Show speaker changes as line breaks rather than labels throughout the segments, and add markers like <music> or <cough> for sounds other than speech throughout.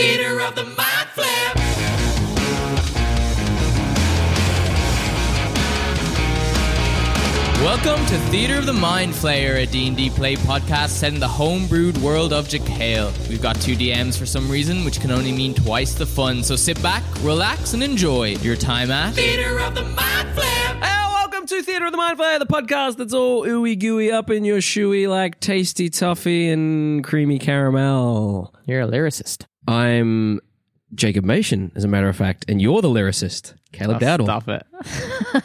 of the mind flip.
Welcome to Theater of the Mind Flayer, a D&D play podcast set in the homebrewed world of Jekyll. We've got two DMs for some reason, which can only mean twice the fun. So sit back, relax, and enjoy your time at...
Theater of the mind flip.
Hey, welcome to Theatre of the Mind Flayer, the podcast that's all ooey gooey up in your shoey like tasty toffee and creamy caramel.
You're a lyricist.
I'm Jacob Mason, as a matter of fact, and you're the lyricist, Caleb Dowdle.
Stop it.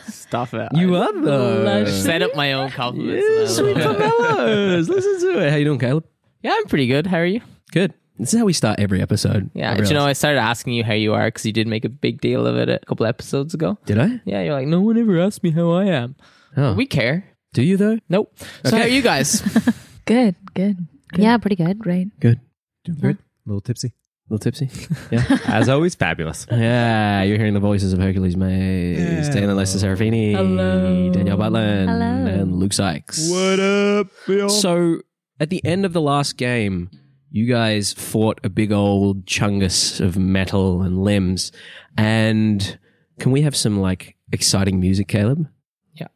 <laughs>
Stop it.
You are the
Set up <laughs> my own compliments.
Yeah,
and I
sweet
love it.
pomelos. Listen to it. How you doing, Caleb?
yeah, I'm pretty good. How are you?
Good. This is how we start every episode.
Yeah,
I
do you know,
realize.
I started asking you how you are because you did make a big deal of it a couple episodes ago.
Did I?
Yeah, you're like, no one ever asked me how I am.
Oh.
We care.
Do you though?
Nope. So how are you <laughs> guys?
Good, good, Yeah, pretty good, right?
Good.
A little tipsy.
A little tipsy.
<laughs> As always, fabulous.
Yeah, you're hearing the voices of Hercules Mays, Daniel Lester Serafini, Danielle Butland,
Hello.
and Luke Sykes.
up, Bill?
So, at the end of the last game, you guys fought a big old chungus of metal and limbs. And can we have some like exciting music, Caleb?
Yeah.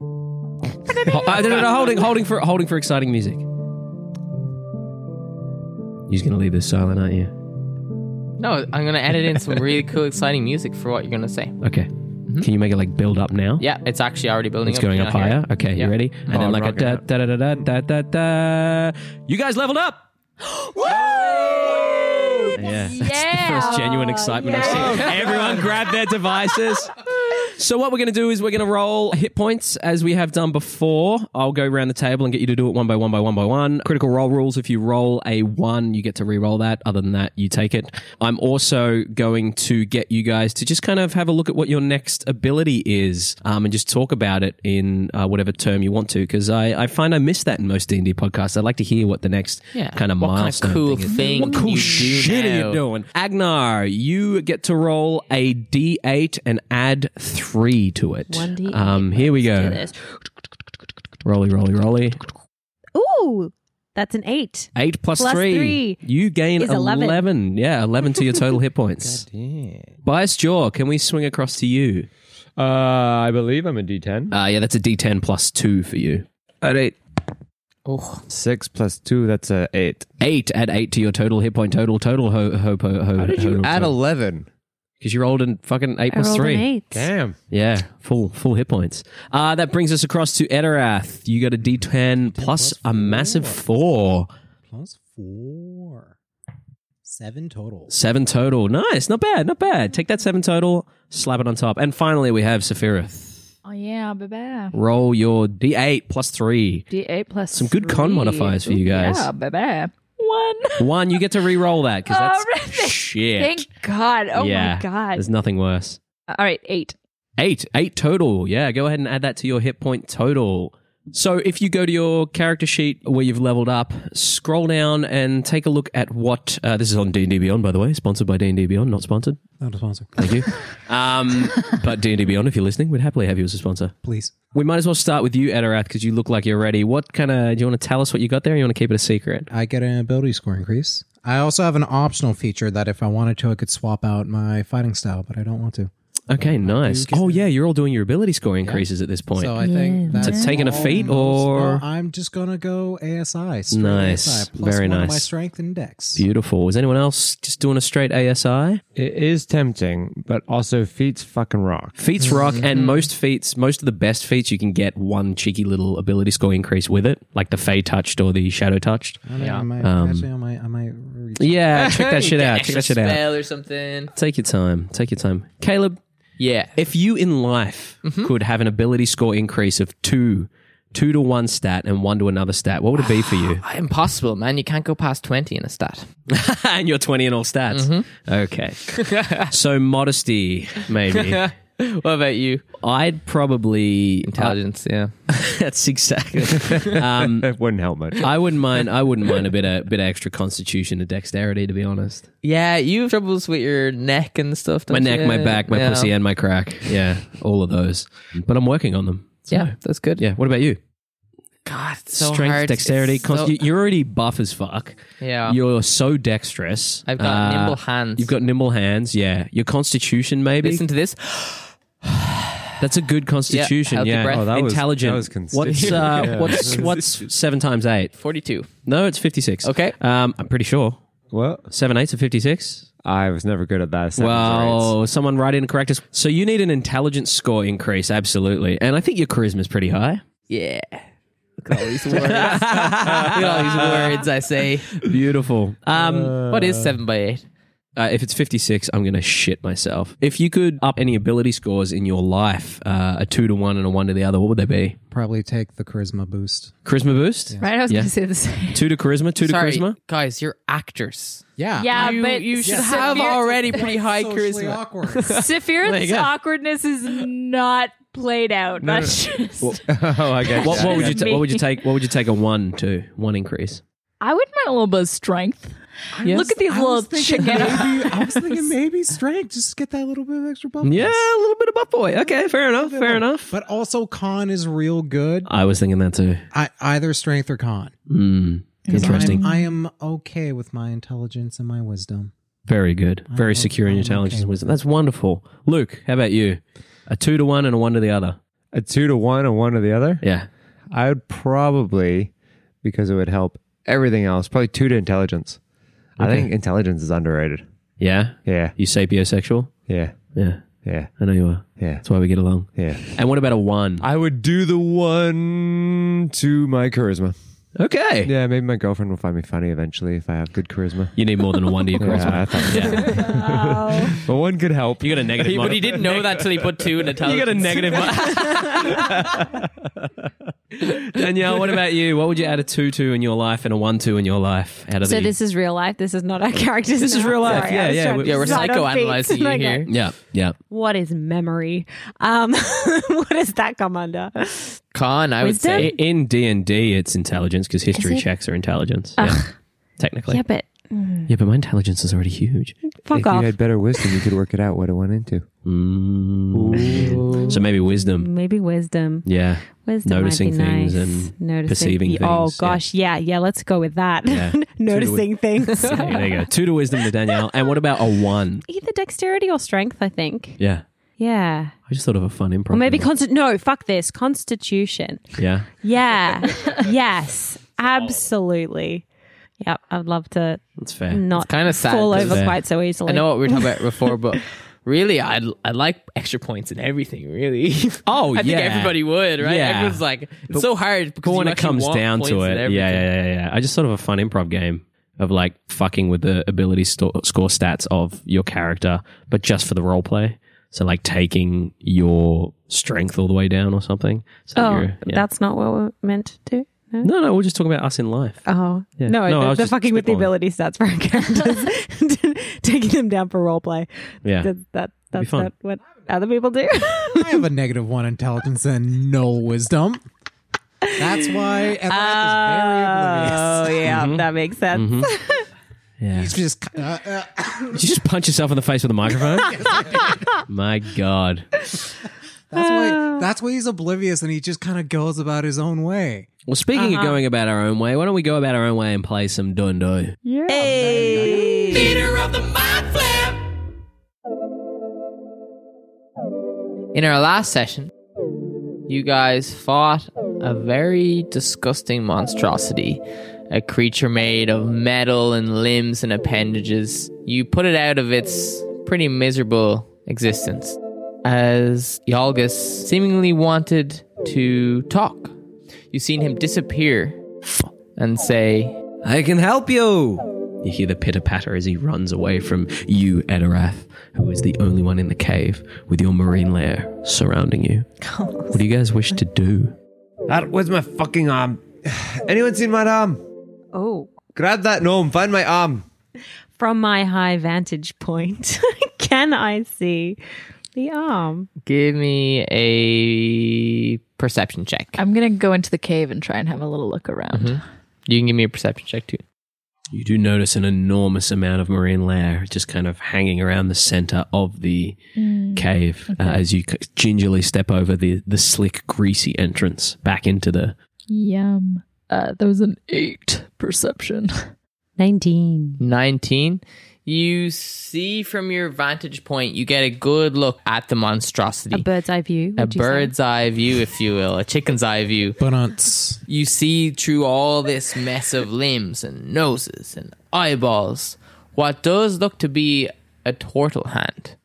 Ho- uh, no, no, no, holding, holding for, holding for exciting music. You're gonna leave this silent, aren't you?
no, I'm going to edit in some really cool, exciting music for what you're going to say.
Okay. Can you make it like build up now?
Mm-hmm. Yeah, it's actually already building
It's
up.
going
You're
up
not
higher.
here.
Okay,
Yeah. Oh,
you ready? And then
I'm
like a
rocking
da,
out.
da da da da da da da. You guys
<gasps>
leveled up. Yeah. <laughs>
Yeah.
First genuine excitement I've seen. <laughs> Everyone grab
<laughs>
their devices. So what we're going to do is we're going to roll hit points as we have done before. I'll go around the table and get you to do it one by one by one by one. Critical roll rules: if you roll a one, you get to re-roll that. Other than that, you take it. I'm also going to get you guys to just kind of have a look at what your next ability is, um, and just talk about it in uh, whatever term you want to. Because I, I find I miss that in most D and D podcasts. I'd like to hear what the next
Yeah.
kind of
What kind of
milestone
cool
thing is.
thing
What cool
you do
shit are
now?
you doing? Agnar, you get to roll a d8 and add three to it.
One D8.
Um, here we
Do
go.
this.
Rolly, rolly, rolly.
Ooh, that's an eight.
Eight plus,
Plus three
You gain
is 11.
Yeah, 11 to your total hit points. Bias Jaw, can we swing across to you?
Uh, I believe I'm a D10.
Uh, yeah, that's a d10 plus two for you. At eight.
Oh,
Six plus two, that's a eight.
Eight, add eight to your total hit point total, total, ho, ho, ho, ho. How did you
Add 11.
Because you rolled in fucking
I
eight plus
rolled
three.
an eight.
Damn.
Yeah, full full hit points. Uh, that brings us across to Edorath. You got a D10 plus a massive four,
plus four. Seven total.
seven total. Nice, not bad, not bad. Take that seven total, slap it on top, and finally we have Sephiroth.
Oh yeah, I'll be back.
Roll your D8 plus three.
D eight plus
Some good con
three.
modifiers for you
Ooh,
guys.
Yeah, baby. One.
One, you get to re-roll that because that's
<laughs> Alright.
shit.
Oh, Thank God. Oh
yeah,
my God.
there's nothing worse.
All right, eight.
Eight, eight total. Yeah, go ahead and add that to your hit point total. So if you go to your character sheet where you've leveled up, scroll down and take a look at what uh, this is on D and D Beyond, by the way, sponsored by D and D Beyond, not sponsored.
Not a sponsor.
Thank you. um, but D and D Beyond, if you're listening, we'd happily have you as a sponsor.
Please.
We might as well start with you, Edorath, because you look like you're ready. What kind of do you want to tell us what you got there? Or you want to keep it a secret?
I get an ability score increase. I also have an optional feature that if I wanted to, I could swap out my fighting style, but I don't want to.
Okay, nice. Oh yeah, you're all doing your ability score increases at this point.
So I think that's
So taking a feat
almost-
or-
No, I'm just gonna go ASI. straight
Nice.
ASI, plus
Very
one of my
nice.
strength and dex.
Beautiful. Is anyone else just doing a straight ASI?
It is tempting, but also feats fucking <laughs> rock.
Feats rock, and most feats, most of the best feats, you can get one cheeky little ability score increase with it, like the Fey touched or the Shadow touched.
I mean, I might,
Um,
actually, I might, I might reach.
Yeah, check that shit out.
extra
Check that shit out.
spell or something.
Take your time. Take your time. Caleb,
Yeah.
if you in life could have an ability score increase of two, two to one stat and one to another stat, what would it be
<laughs>
for you? <laughs>
Impossible, man. You can't go past 20 in a stat.
and you're 20 in all stats. Okay. so modesty, maybe.
What about you?
I'd probably.
Intelligence, yeah.
<laughs> That's exactly.
It wouldn't help
<laughs>
much.
I wouldn't mind. I wouldn't mind a bit of bit of extra constitution and dexterity, to be honest.
Yeah, you have troubles with your neck and stuff.
My
don't
neck,
you?
my back, my
Yeah.
pussy, and my crack. Yeah, all of those. But I'm working on them. So,
Yeah, that's good.
yeah. What about you?
God, it's so
strength,
hard.
dexterity.
It's
Con-
so-
you- you're already buff as fuck.
Yeah.
You're so dexterous. Uh,
I've got nimble hands.
You've got nimble hands. Yeah. Your constitution, maybe.
Listen to this.
That's a good constitution.
healthy
Yeah.
breath. Oh,
that was-
Intelligent.
that was constitution.
what's uh,
<laughs> Yeah.
what's what's seven times eight?
42.
No, it's fifty six.
Okay.
Um, I'm pretty sure
What?
seven eights are fifty six.
I was never good at that. Well,
Well, someone write in and correct us. So you need an intelligence score increase, absolutely. And I think your charisma's pretty high.
Yeah. Look at all these words. Look at all
<laughs>
these words I say.
Beautiful. Um,
what is 7 by 8
Uh, if it's 56, I'm going to shit myself. If you could up any ability scores in your life, uh, a two to one and a one to the other, what would they be?
Probably take the charisma boost.
Charisma boost?
Right? I was
Yeah.
going to say the
<laughs>
same.
Two to charisma, two
Sorry,
to charisma.
guys, you're actors.
Yeah.
Yeah,
you,
but
you should
Saphir-
have already pretty high
Socially
charisma.
awkward.
<laughs> Saphir's
go.
awkwardness is not played out. That's just.
<laughs> oh, I guess.
What, what would you
Just
ta- what would you
me.
take? What would you take a one to one increase?
I would mind a little bit of strength. Look at these
I
little
was thinking
chicken.
maybe, I was thinking maybe strength, just get that little bit of extra buff.
Yeah, a little bit of buff boy. Okay, fair enough. Fair enough.
But also con is real good.
I was thinking that too.
I, either strength or con.
Mm, interesting.
I'm, I am okay with my intelligence and my wisdom.
Very good. Very
I'm
secure in your
okay- I'm
intelligence
okay
and
with
wisdom. That's wonderful. Luke, how about you? A two to one and a one to the other.
a two to one and one to the other?
Yeah.
I would probably, because it would help everything else, probably two to intelligence. I
Okay.
think intelligence is underrated.
Yeah.
Yeah.
You sapiosexual?
Yeah.
Yeah.
Yeah.
I know you are.
Yeah.
That's why we get along.
Yeah.
And what about a one?
I would do the one to my charisma.
Okay.
Yeah, maybe my girlfriend will find me funny eventually if I have good charisma.
You need more than a one
<laughs>
to your
Yeah, I
charisma.
thought-
<laughs>
Yeah.
but one could help.
You got a negative.
But he didn't
<laughs>
know that till he put two in
You
Italian.
got a negative. mon- <laughs> Danielle, what about you? What would you add a two to in your life and a one to in your life? Out of
So
the-
this is real life. This is not our characters.
This is
now.
real life.
Sorry, I
Yeah,
was
yeah.
trying to
We- Yeah,
we're
decide on <laughs>
psychoanalyzing
things.
you
Okay.
here.
yeah, yeah.
What is memory?
<laughs>
Um, what does that come under?
Con, I would
Wisdom?
say.
I- In D and D, it's intelligence because history checks are intelligence. Yeah. Technically,
Yeah, but
yeah, but my intelligence is already huge.
fuck
if
off.
you had better wisdom, you could work it out what it went into.
Mm. So maybe wisdom.
Maybe wisdom.
<laughs>
Yeah,
Wisdom might
Noticing
be
things
nice.
and
Noticing,
perceiving
yeah, Oh
things, yeah.
gosh, yeah, yeah. let's go with that. <laughs>
Yeah.
Noticing
<laughs>
things.
Hey, there you go. Two to wisdom to Danielle. And what about a one?
Either dexterity or strength, I think.
Yeah,
Yeah.
I just thought of a fun improv.
Or maybe
number.
consti- no, fuck this. Constitution.
yeah.
Yeah.
<laughs>
yes. Absolutely. Yep. I'd love to
That's fair.
not
kinda sad
fall
that-
over
Yeah.
quite so easily.
I know what we were talking
<laughs>
about before, but really, I'd, I'd like extra points in everything, really. <laughs>
Oh,
I
yeah.
think everybody would, right?
Yeah.
Everyone's like, it's so hard because
But when
you
it
actually
comes
want
down
points
to
in
it, yeah,
everything.
yeah, yeah, yeah. I just thought of a fun improv game of like fucking with the ability sto- score stats of your character, but just for the role play. So like taking your strength all the way down or something. So
Oh,
you're- yeah.
that's not what we're meant to do. No.
no, no. We're just talking about us in life.
Oh
Yeah.
no!
No, I
the,
was
the
just
fucking with the
spitballing.
ability stats for our
<laughs>
characters, <laughs> taking them down for role play.
yeah,
That, that that's
fun.
not what other people
<laughs>
do. <laughs>
I have a negative one intelligence and no wisdom. That's why
Ah.
Atlantis
oh yeah,
Mm-hmm.
that makes sense.
Mm-hmm.
yeah.
is very oblivious. It's just uh, uh,
Did you just punch yourself in the face with a microphone? My God.
that's why that's why he's oblivious and he just kind of goes about his own way.
Well, speaking of going about our own way, why don't we go about our own way and play some Dundo?
Leader of the mind flip.
In our last session, you guys fought a very disgusting monstrosity, a creature made of metal and limbs and appendages. You put it out of its pretty miserable existence as Yalgus seemingly wanted to talk. You've seen him disappear and say,
I can help you. You hear the pitter patter as he runs away from you, Edorath, who is the only one in the cave with your marine lair surrounding you. What do you guys wish to do?
That, where's my fucking arm? <sighs> Anyone seen my arm?
<laughs> Oh,
Grab that gnome. Find my arm.
from my high vantage point, <laughs> can I see the arm?
Give me a perception check.
I'm going to go into the cave and try and have a little look around.
Mm-hmm.
You can give me a perception check too.
You do notice an enormous amount of marine lair just kind of hanging around the center of the cave uh, as you c- gingerly step over the, the slick, greasy entrance back into the
Yum. Uh, that was an eight perception.
19.
19 you see from your vantage point you get a good look at the monstrosity
A bird's eye view.
a
would you say?
bird's eye view if you will a chicken's eye view
But uh,
you see through all this mess of limbs and noses and eyeballs what does look to be a turtle hand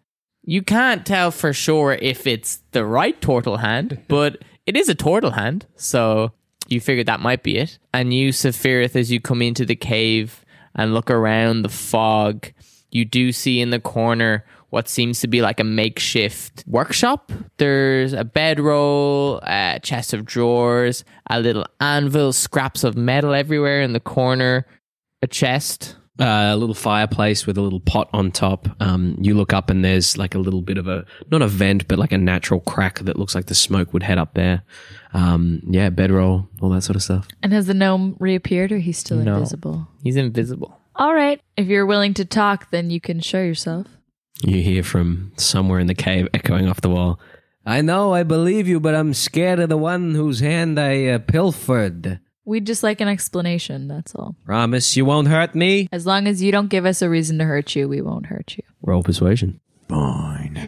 you can't tell for sure if it's the right turtle hand but it is a turtle hand so you figured that might be it and you Sephiroth as you come into the cave and look around the fog you do see in the corner what seems to be like a makeshift workshop. There's a bedroll, a chest of drawers, a little anvil, scraps of metal everywhere in the corner, a chest.
uh, a little fireplace with a little pot on top. Um, you look up and there's like a little bit of a not a vent, but like a natural crack that looks like the smoke would head up there. Um, yeah, bedroll, all that sort of stuff.
And has the gnome reappeared, or he's still invisible?
He's invisible.
All right. If you're willing to talk, then you can show yourself.
You hear from somewhere in the cave echoing off the wall.
I know, I believe you, but I'm scared of the one whose hand I uh, pilfered.
We'd just like an explanation. That's all.
Promise you won't hurt me.
As long as you don't give us a reason to hurt you, we won't hurt you.
Roll persuasion.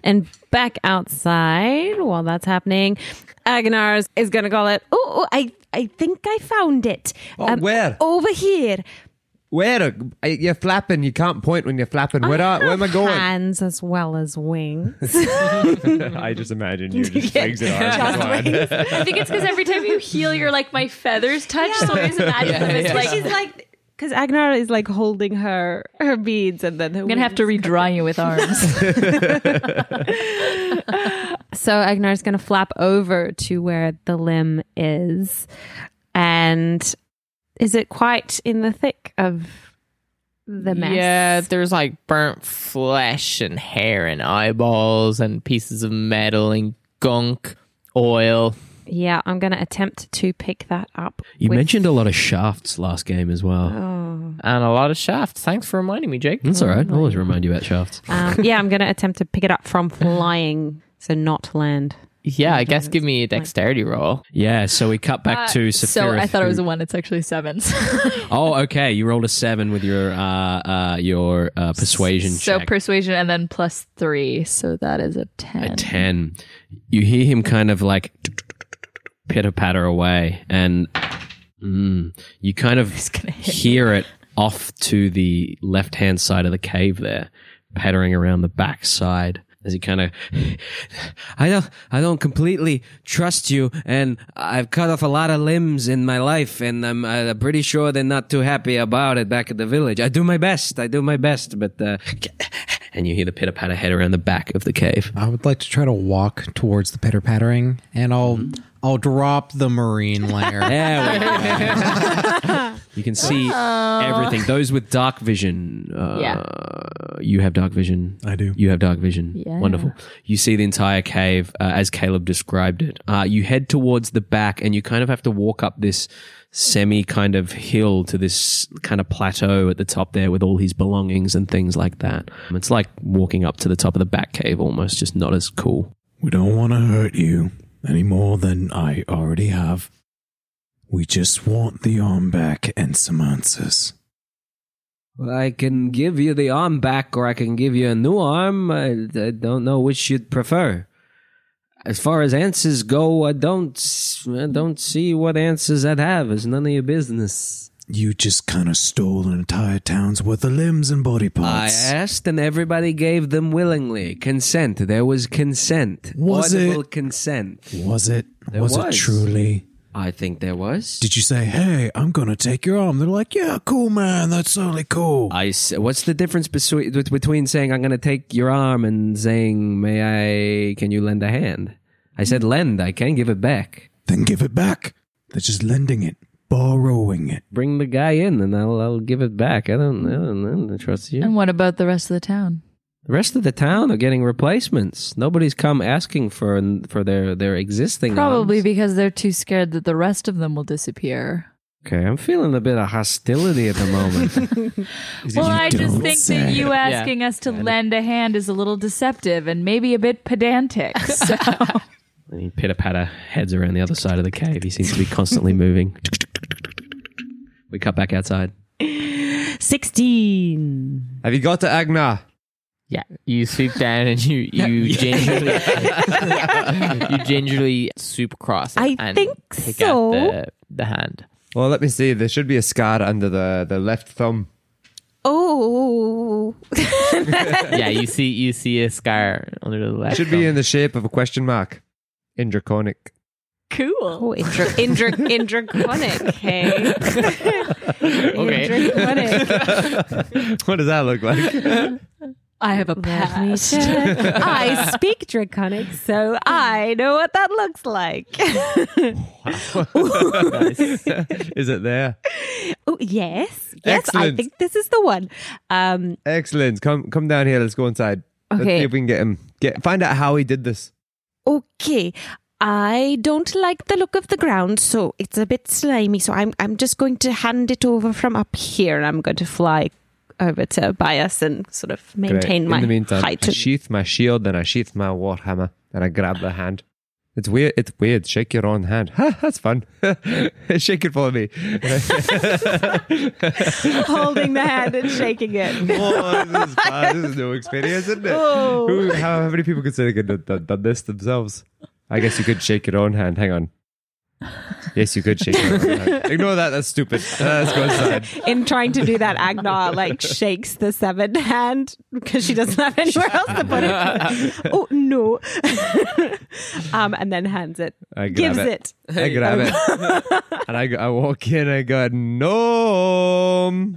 And back outside while that's happening, Agnars is going to call it. Oh, oh, I, I think I found it. Um,
Oh, where?
Over here.
Where are, I- you're flapping? You can't point when you're flapping. Where,
I
are, where am I
have
going?
Hands as well as wings.
<laughs> I just imagine
<laughs>
you just legs and arms.
Just wings.
I think it's because every time you heal, you're like my feathers touch. So I always imagine them as like
She's like. Because Agnar is like holding her her beads and then her
I'm gonna have to redraw you with arms.
<laughs> So Agnar is going to flap over to where the limb is. And is it quite in the thick of the mess?
Yeah, there's like burnt flesh and hair and eyeballs and pieces of metal and gunk, oil.
Yeah, I'm going to attempt to pick that up.
You
with- <laughs>
mentioned a lot of shafts last game as well.
Oh.
And a lot of shafts. Thanks for reminding me, Jake.
That's all right.
Oh,
I always remind you about shafts.
Um, yeah, I'm going to attempt to pick it up from flying, so not land.
Yeah, I guess give me a dexterity roll.
Yeah, so we cut back to Sephiroth.
Uh, so I thought it was
who-
a one. It's actually seven. <laughs>
Oh, okay. You rolled a seven with your uh, uh, your uh, persuasion
so
check.
persuasion, and then plus three. So that is a ten.
a 10 you hear him kind of like pitter patter away and mm, you kind of
gonna hit
hear it off to the left hand side of the cave there pattering around the back side as he kind of
I don't, I don't completely trust you, and I've cut off a lot of limbs in my life, and I'm uh, pretty sure they're not too happy about it back at the village. I do my best, I do my best, but
<laughs>
uh,
and you hear the pitter patter head around the back of the cave
I would like to try to walk towards the pitter pattering, and I'll I'll drop the marine
<laughs>
layer.
<laughs>
you can see
Um,
everything those with dark vision uh,
Yeah.
you have dark vision
I do.
You have dark vision. Wonderful. You see the entire cave uh, as Caleb described it. Uh, you head towards the back and you kind of have to walk up this semi kind of hill to this kind of plateau at the top there with all his belongings and things like that. Um, It's like walking up to the top of the back cave almost, just not as cool.
We don't want to hurt you any more than I already have. We just want the arm back and some answers.
I can give you the arm back, or I can give you a new arm. I, I don't know which you'd prefer. As far as answers go, I don't, s- I don't see what answers I'd have. It's none of your business.
You just kind of stole an entire town's worth of limbs and body
I
parts.
asked, and everybody gave them willingly consent. There was consent.
Was it-
Audible consent.
was it?
There
was,
was.
it truly?
I think there was.
Did you say, hey, I'm going to take your arm? They're like, yeah, cool, man. That's totally cool.
I s- what's the difference between between saying I'm going to take your arm and saying may I can you lend a hand? I said lend. I can give it back.
then give it back. They're just lending it, borrowing it.
Bring the guy in and I'll I'll give it back. I don't I don't, I don't trust you.
And what about the rest of the town?
The rest of the town are getting replacements. Nobody's come asking for for their their existing
Probably
arms.
because they're too scared that the rest of them will disappear.
okay. I'm feeling a bit of hostility at the moment.
<laughs> Well, I just
don't
think
say.
that you asking
<laughs>
<laughs> us to lend a hand is a little deceptive and maybe a bit pedantic. So
And he pitter patter heads around the other side of the cave. He seems to be constantly moving. We cut back outside.
16.
Have you got to Agna?
Yeah. You swoop down and <laughs> you, you gingerly <laughs> you gingerly swoop across it
I
and
think
pick
so.
out the, the hand.
Well, let me see. There should be a scar under the, the left thumb.
<laughs>
Oh.
yeah, you see you see a scar under the
It
left.
should be in the shape of a question mark in draconic.
Cool.
Oh, indra- indra- indraconic, <laughs> hey? Indraconic.
<laughs> what does that
<laughs>
look like?
I have a pass. I speak draconic, so I know what that looks like.
Is it there?
oh, yes. Yes, I
Excellent.
think this is the one. Um,
Excellent. Come come down here. Let's go inside. Let's
Okay.
see if we can get him. Get find out how he did this.
Okay. I don't like the look of the ground, so it's a bit slimy. So I'm I'm just going to hand it over from up here, and I'm going to fly over to Bias and sort of maintain
Great.
my
in the meantime, <laughs>
height.
I sheath my shield, then I sheath my warhammer, and I grab the hand. It's weird. It's weird. Shake your own hand. Ha, that's fun. <laughs> Shake it for me. <laughs>
<laughs> holding the hand and shaking it.
oh, this is fun. This is no experience, isn't it?
Oh.
<laughs> Who, how, how many people could say they could have done, done this themselves? I guess you could shake your own hand. Hang on. Yes, you could shake your own hand. <laughs> Ignore that. That's stupid. Uh, let's go inside.
In trying to do that, Agnar like shakes the severed hand because she doesn't have anywhere else to put it. oh no! <laughs> um, and then hands it,
I grab
gives
it.
it.
I grab it. <laughs> and I, go- I walk in. I go, no.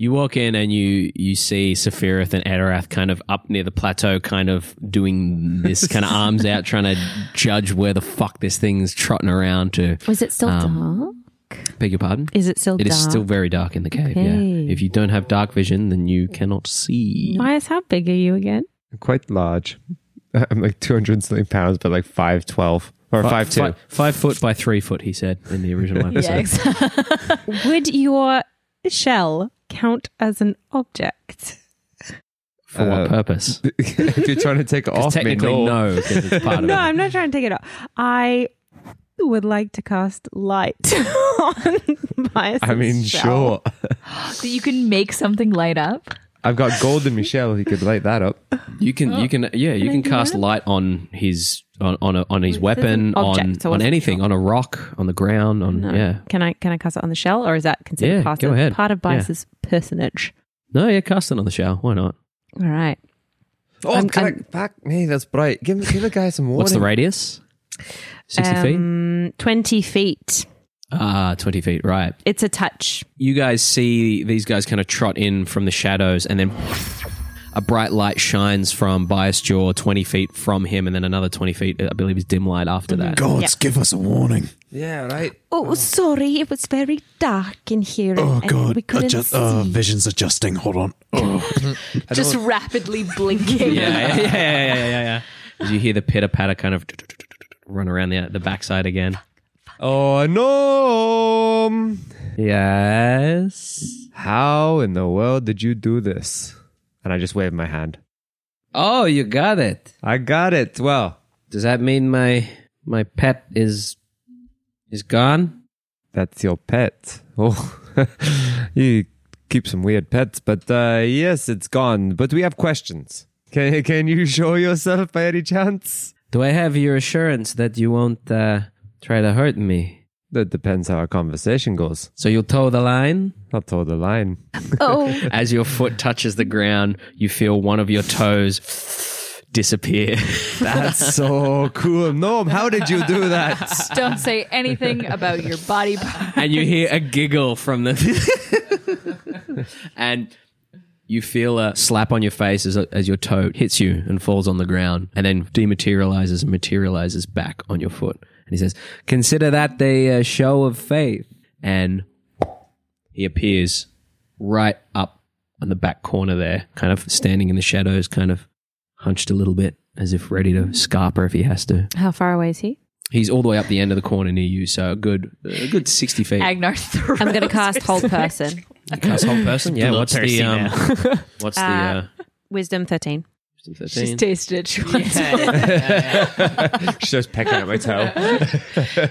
You walk in and you you see Sephiroth and Adarath kind of up near the plateau, kind of doing this kind of arms out, trying to judge where the fuck this thing's trotting around to.
Was it still
Um, Beg your pardon?
Is it still
It is
dark?
still very dark in the cave,
Okay.
yeah. If you don't have dark vision, then you cannot see.
Bias, how big are you again?
Quite large. <laughs> I'm like 200 and something pounds, but like 5'12 or 5'2.
Five- five- five foot by three foot, he said in the
<laughs>
original episode.
Would your shell count as an object?
For what <laughs>
Uh,
purpose?
<laughs> if you're trying to take it
'Cause
off,
technically,
me,
no, 'cause
<laughs>
it's part of
No,
it.
I'm not trying to take it off. I would like to cast light <laughs> on my
I mean, sure.
<laughs> That you can make something light up.
I've got gold in my shell. You could light that up.
You can, you can, yeah, you
I
can
do
cast
that?
light on his on on, a, on his
Well, it says an
weapon, on
object, so
on
it's-
anything, on a rock, on the ground, on
No.
yeah.
Can I can I cast it on the shell, or is that considered
Yeah,
part,
go
of,
ahead.
part of
Yeah.
Bias's personage?
No, yeah, cast it on the shell. Why not?
All right.
Oh,
I'm-
can
I'm-
I back me? That's bright. Give, give the guy some warning.
What's the radius? Sixty feet.
Um, Twenty feet.
Ah, twenty feet. Right.
It's a touch.
You guys see these guys kind of trot in from the shadows, and then a bright light shines from Bias Jaw twenty feet from him, and then another twenty feet. I believe is dim light after that.
Gods,
Yeah.
give us a warning.
Yeah, right.
Oh, sorry, it was very dark in here. and-
Oh
and
god,
we couldn't
Adjust- uh,
see.
vision's adjusting.
<laughs>
Hold on. Oh.
Just rapidly blinking.
yeah, yeah, yeah, yeah, yeah, yeah, yeah. As you hear the pitter patter kind of run around the the backside again.
Oh, no.
Yes.
How in the world did you do this? And I just waved my hand.
Oh, you got it.
I got it. Well,
Does that mean my my pet is is gone?
that's your pet. <laughs> Oh, you keep some weird pets, but uh, yes, it's gone. But we have questions. Can, can you show yourself by any chance?
Do I have your assurance that you won't uh, try to hurt me?
That depends how our conversation goes.
So you'll toe the line?
I'll toe the line. <laughs>
Oh,
As your foot touches the ground, you feel one of your toes disappear.
That's so cool. Noam, how did you do that?
Don't say anything about your body part.
and you hear a giggle from the <laughs> and you feel a slap on your face as, as your toe hits you and falls on the ground and then dematerializes and materializes back on your foot and he says consider that a uh, show of faith and he appears right up on the back corner there kind of standing in the shadows kind of hunched a little bit as if ready to scarper if he has to
how far away is he?
he's all the way up the end of the corner near you so a good a good 60 feet
Agnar throws.
I'm going to cast whole person.
Cast whole person. Yeah. um, What's the um? What's
Uh,
the uh,
Wisdom 13.
She's
tasted it. She wants
She's just pecking at my toe.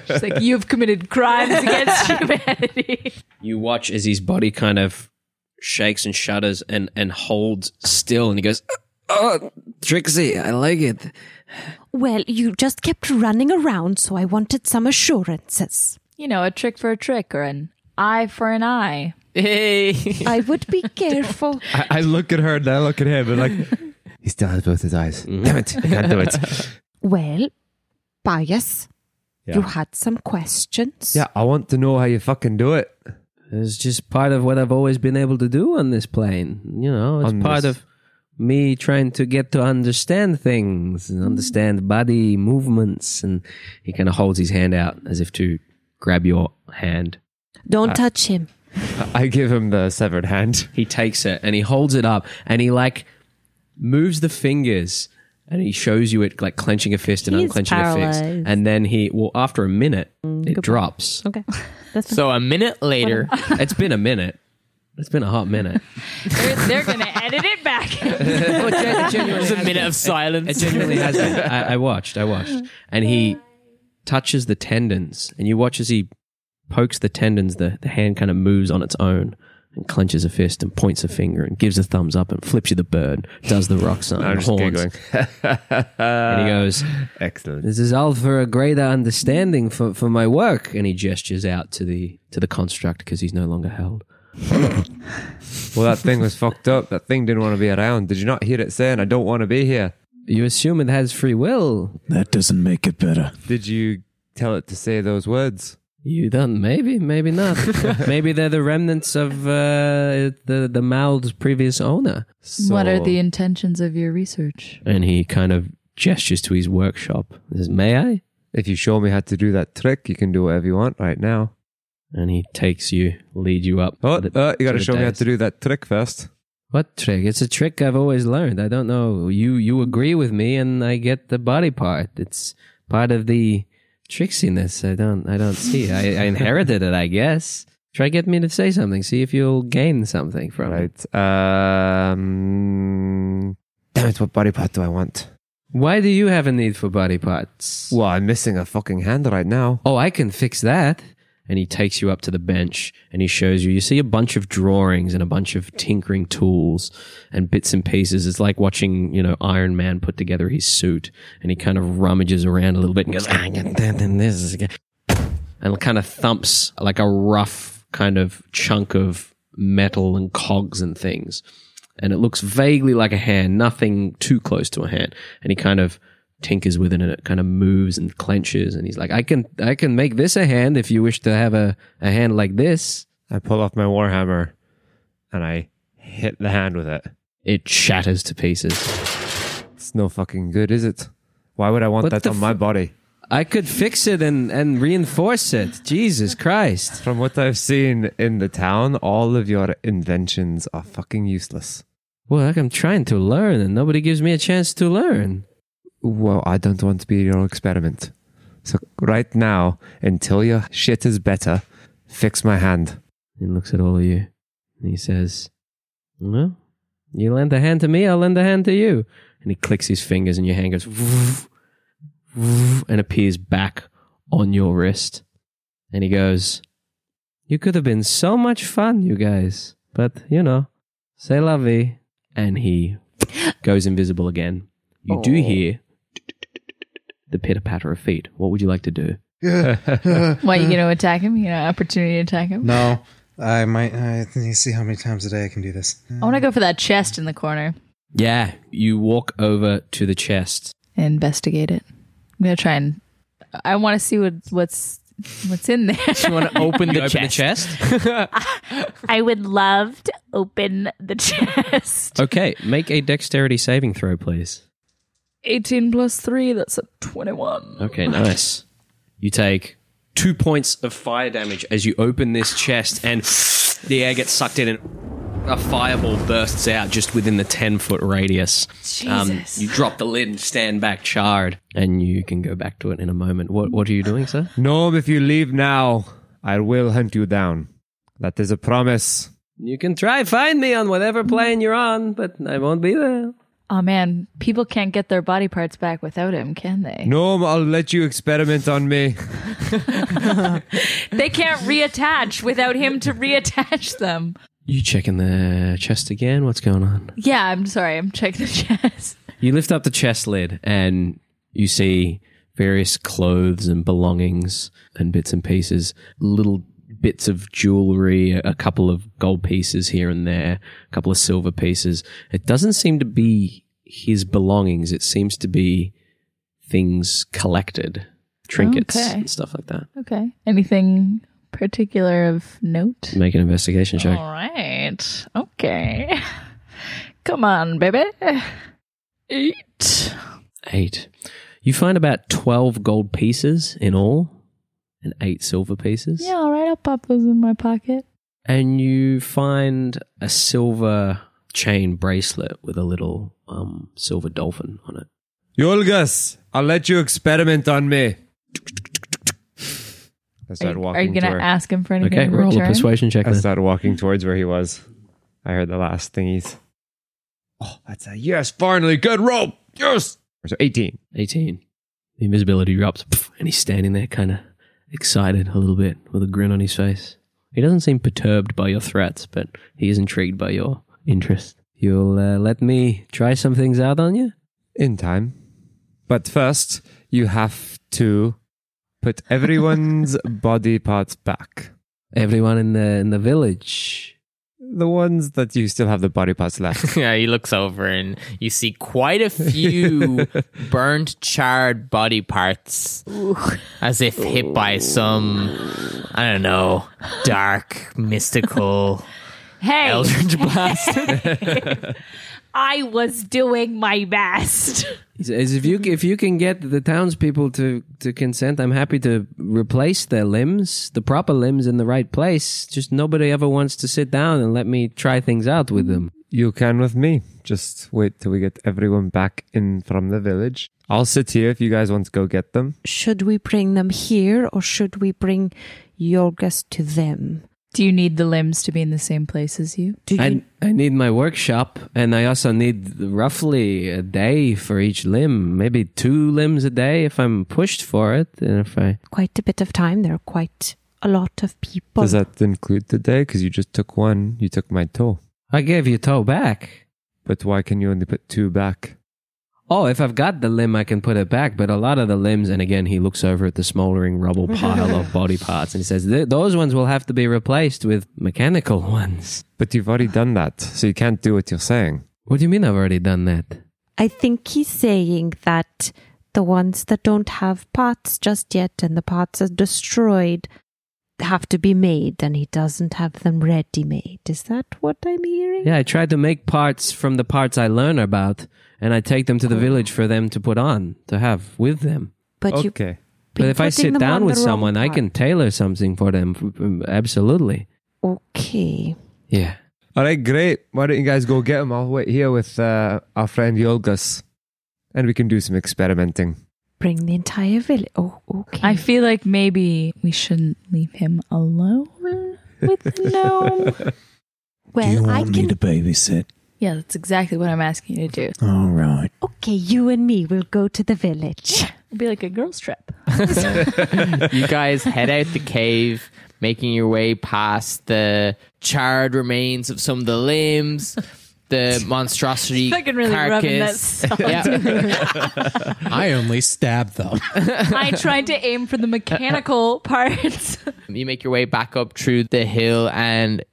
She's like, you've committed crimes
<laughs>
against humanity.
You watch as his body kind of shakes and shudders and, and holds still, and he goes, "Uh,
Oh, Trixie, I like it.
Well, you just kept running around, so I wanted some assurances.
You know, a trick for a trick or an eye for an eye.
Hey.
I would be careful.
I, I look at her and I look at him and <laughs> like, he still has both his eyes. Damn it, I <laughs> can't do it.
Well, Bias, you
Yeah.
had some questions.
yeah, I want to know how you fucking do it.
It's just part of what I've always been able to do on this plane. You know, it's
On
part
this-
of me trying to get to understand things and understand body movements. And he kind of holds his hand out as if to grab your hand.
Don't
Uh,
touch him.
I give him the severed hand.
He takes it and he holds it up and he like moves the fingers and he shows you it like clenching a fist and
He's
unclenching a fist.
paralyzed.
And then he, well, after a minute, it drops.
Okay. That's
So a minute later,
it's been a minute. It's been a hot minute.
They're, they're going to edit it back.
There's a
<laughs>
minute of silence.
It genuinely has been. I, I watched. I watched, and he touches the tendons, and you watch as he pokes the tendons. The the hand kind of moves on its own and clenches a fist and points a finger and gives a thumbs up and flips you the bird. Does the rock sign?
I'm just
horns.
giggling. and <laughs>
And he goes,
excellent.
"This is all for a greater understanding for, for my work." And he gestures out to the to the construct because he's no longer held.
Well, that thing was fucked up. That thing didn't want to be around. Did you not hear it saying, I don't want to be here?
You assume it has free will.
That doesn't make it better.
Did you tell it to say those words?
You don't. Maybe. Maybe
<laughs>
not. maybe they're the remnants of uh, the the mouth's previous owner.
What are
So-
the intentions of your research?
and he kind of gestures to his workshop. He says, "May I?"
If you show me how to do that trick, you can do whatever you want right now.
And he takes you, lead you up.
Oh,
to the-
uh, you got to
the
show me how
dais.
to do that trick first.
What trick? It's a trick I've always learned. I don't know. You you agree with me, and I get the body part. It's part of the tricksiness. I don't I don't see. I, I inherited it, I guess. Try get me to say something. See if you'll gain something from it.
Right. Um, damn it, what body part do I want?
Why do you have a need for body parts?
Well, I'm missing a fucking hand right now.
oh, I can fix that. And he takes you up to the bench and he shows you. You see a bunch of drawings and a bunch of tinkering tools and bits and pieces. It's like watching, you know, Iron Man put together his suit and he kind of rummages around a little bit and goes, "Ah, I got that and this is good." and kind of thumps like a rough kind of chunk of metal and cogs and things. And it looks vaguely like a hand, nothing too close to a hand. And he kind of tinkers with it and it kind of moves and clenches and he's like, I can I can make this a hand if you wish to have a, a hand like this.
I pull off my warhammer and I hit the hand with it.
It shatters to pieces.
It's no fucking good, is it? Why would I want
What
that
the
on my
fu-
body?
I could fix it and, and reinforce it. Jesus Christ.
From what I've seen in the town, all of your inventions are fucking useless.
Well, like I'm trying to learn and nobody gives me a chance to learn.
Well, I don't want to be your experiment. So right now, until your shit is better, fix
<laughs>
my hand. <laughs>
He looks at all of you and he says, Well, you lend a hand to me, I'll lend a hand to you. And he clicks his fingers and your hand goes <laughs> "Vroom, vroom," and appears back on your wrist. And he goes, You could have been so much fun, you guys. But, you know, say la vie. And he goes invisible again. You do hear the pitter patter of feet. What would you like to do?
What, you going to attack him? You know, opportunity to attack him?
Mm. No, I might. I need to see how many times a day I can do this.
I want to go for that chest in the corner
Yeah, you walk over to the chest
and investigate it. I'm going to try and. I want to see what, what's what's in there. <laughs>
you
<laughs>
want to open the
open
chest.
the chest.
I would love to open the chest.
<laughs>
<laughs> okay, make a dexterity saving throw, please.
18 plus 3, that's a 21.
Okay, nice. You take two points of fire damage as you open this chest, and <sighs> the air gets sucked in, and a fireball bursts out just within the 10 foot radius. Um,
Jesus.
you drop the lid and stand back charred, and you can go back to it in a moment. What, what are you doing, sir?
Gnome, if you leave now, I will hunt you down. That is a promise.
You can try find me on whatever plane you're on, but I won't be there.
Oh man, people can't get their body parts back without him, can they?
No, I'll let you experiment on me.
<laughs> They can't reattach without him to reattach them.
You checking the chest again? What's going on?
Yeah, I'm sorry. I'm checking the <laughs> chest.
You lift up the chest lid and you see various clothes and belongings and bits and pieces, little bits of jewelry, a couple of gold pieces here and there, a couple of silver pieces. It doesn't seem to be his belongings, it seems to be things collected, trinkets
Okay.
and stuff like that.
Okay. Anything particular of note?
Make an investigation check.
All right. Okay. <laughs> Come on, baby. Eight.
Eight. You find about 12 gold pieces in all and eight silver pieces.
Yeah, all right. I'll pop those in my pocket.
and you find a silver chain bracelet with a little um, silver dolphin on it.
Yulgus, I'll let you experiment on me. I started walking
Are you gonna
toward-
ask him for anything in return?
check.
I started walking towards where he was. I heard the last thing he's. Oh, that's a yes! Finally, good rope. Yes. So eighteen.
18. The invisibility drops, pff, and he's standing there kind of excited a little bit with a grin on his face. He doesn't seem perturbed by your threats, but he is intrigued by your interest. You'll uh, let me try some things out on you?
In time. But first, you have to put
<laughs>
everyone's body parts back.
Everyone in the in the village.
The ones that you still have the body
<laughs>
parts
<laughs>
left.
yeah, he looks over and you see quite
<laughs>
a few burnt, charred body parts, as if hit by some, I don't know, dark, mystical
Hey,
<laughs>
eldritch blast.
I was doing
<laughs>
my best.
He says, if you if you can get the townspeople to to consent, I'm happy to replace their limbs, the proper limbs, in the right place. Just nobody ever wants to sit down and let me try things out with them.
You can with me. Just wait till we get everyone back in from the village. I'll sit here if you guys want to go get them.
<laughs> Should we bring them here or should we bring Yorgas to them?
Do you need the limbs to be in the same place as you?
Do you
I I need my workshop, and I also need roughly a day for each limb, maybe two limbs a day if I'm pushed for it, and if I
quite a bit of time? There are quite a lot of people.
Does that include today? Because you just took one. You took my toe.
I gave your toe back.
But why can you only put two back?
Oh, if I've got the limb, I can put it back. But a lot of the limbs, and again, he looks over at the smoldering
<laughs>
rubble pile of body parts, and he says, "Th- "Those ones will have to be replaced with mechanical <laughs> ones."
But you've already done that, so you can't do what you're saying.
What do you mean? I've already done that.
I think he's saying that the ones that don't have parts just yet and the parts are destroyed have to be made and he doesn't have them ready made. Is that what I'm hearing?
Yeah, I tried to make parts from the parts I learn about, and I take them to the village for them to put on to have with them.
But you-
okay.
But if I sit
putting them
down
on
with
the wrong
someone, I can tailor something for them. f- f- Absolutely.
Okay.
Yeah.
All right, great. Why don't you guys go get him? I'll wait here with uh, our friend Yolgus, and we can do some experimenting.
Bring the entire village. Oh, okay.
I feel like maybe we shouldn't leave him alone with the
<laughs>
gnome.
Well,
do you
I
want me
can-
to babysit?
Yeah, that's exactly what I'm asking you to do.
All right.
Okay, you and me will go to the village.
It'll be like a girl's trip.
you guys head out the cave, making your way past the charred remains of some of the limbs,
<laughs>
the monstrosity
Fucking really rubbing that
carcass. <laughs>
salt in.
I only stabbed them.
<laughs> I tried to aim for the
<laughs>
mechanical parts.
You make your way back up through the hill and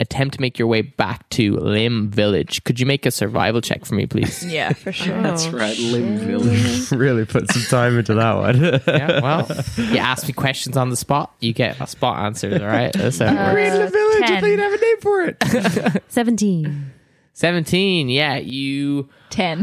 attempt to make your way back to Lim Village. Could you make a survival check for me, please?
<laughs>
Yeah, for sure.
right, Lim Village.
really put some time into that one.
yeah, well, you ask me questions on the spot, you get a spot answer, all right? That's how it works.
We're in the village. I thought
Uh, ten.
you'd have a name for it.
17.
17, yeah, you...
Ten.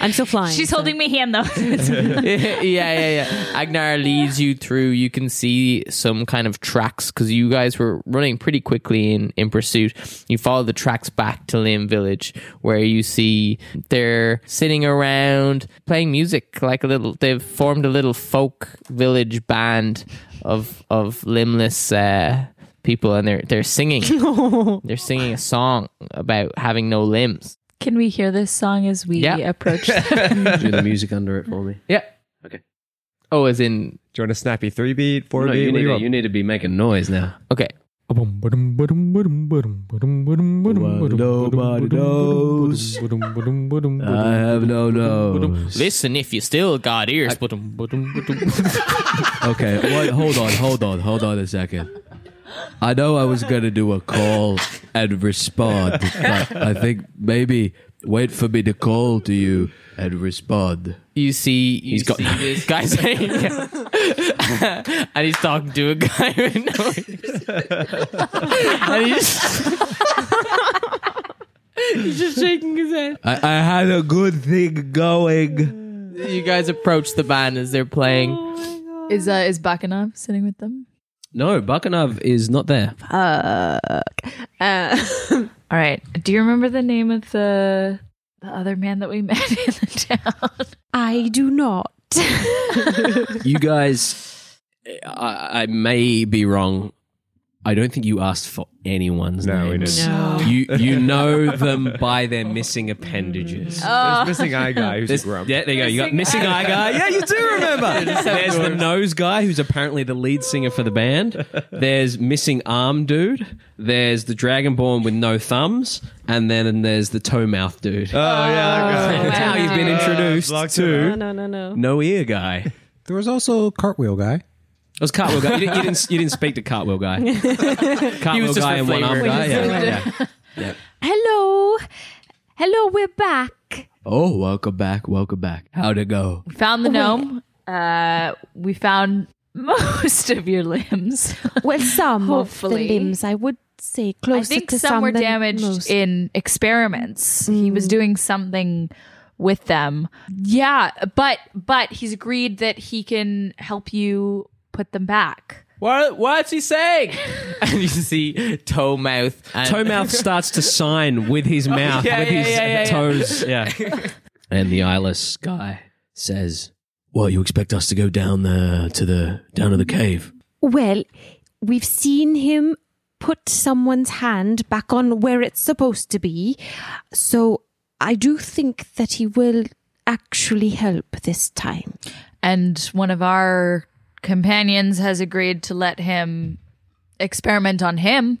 I'm still flying.
She's
so-
holding my hand though. <laughs>
<laughs> yeah, yeah, yeah. Agnar leads you through. You can see some kind of tracks because you guys were running pretty quickly in, in pursuit. You follow the tracks back to Lim Village where you see they're sitting around playing music like a little, they've formed a little folk village band of, of limbless, uh, people and they're, they're singing. they're singing a song about having no limbs.
Can we hear this song as we
Yeah. <laughs>
approach?
Do the music under it for me.
Yeah.
Okay.
Oh, as in.
Do you want a snappy three beat, four
No,
beat?
you,
What
need
do
to,
want?
you need to be making noise now.
Okay.
Nobody knows. I have no nose.
Listen, if you still got ears, but
Okay, wait, hold on, hold on, hold on a second. I know I was gonna do a call and respond, but I think maybe wait for me to call to you and respond.
You see, you
He's got-
see this guy <laughs> saying, <laughs> and he's talking to a guy with no ears. and he's <laughs> just, he's just shaking his head.
I, I had a good thing going.
You guys approach the band as they're playing.
is uh, is Bakanov sitting with them?
No, Bakanov is not there.
Fuck. all right. Do you remember the name of the the other man that we <laughs> met in the town?
<laughs> I do not. <laughs>
You guys, I, I may be wrong. I don't think you asked for anyone's
No, we
names.
didn't. No.
You you know them by their missing appendages.
Oh.
There's missing eye guy who's
There's-
a grump.
Yeah, there you go. You got missing eye guy. Yeah, you do remember. There's the nose guy who's apparently the lead singer for the band. There's missing arm dude. There's the dragonborn with no thumbs, and then there's the toe mouth dude.
Oh yeah, that guy.
That's how you've been introduced
Uh, blocked it
to
out.
No, no, no.
no ear guy. It
There was also Cartwheel Guy.
was cartwheel guy. You didn't, you didn't, you didn't speak to cartwheel guy. Cartwheel
just
guy
for
and one arm
flavor.
guy. Yeah. yeah.
Hello. Hello, we're back.
Oh, welcome back. Welcome back. How'd it go?
We found the gnome. Uh, we found <laughs> most of your limbs.
Well, some
Hopefully.
of the limbs, I would say,
I
closer
think
to
some Mm. were
than
damaged
most.
in experiments. He was doing something with them. Yeah, but but he's agreed that he can help you put them back.
What, what's he saying? <laughs> and you see toe mouth. And
Toe mouth starts to sign with his
<laughs>
mouth,
yeah,
with
yeah,
his
yeah, yeah, yeah.
toes. Yeah.
<laughs>
and the eyeless guy says, "Well, you expect us to go down the to the down to the cave?"
Well, we've seen him put someone's hand back on where it's supposed to be. So I do think that he will actually help this time.
And one of our companions has agreed to let him experiment on him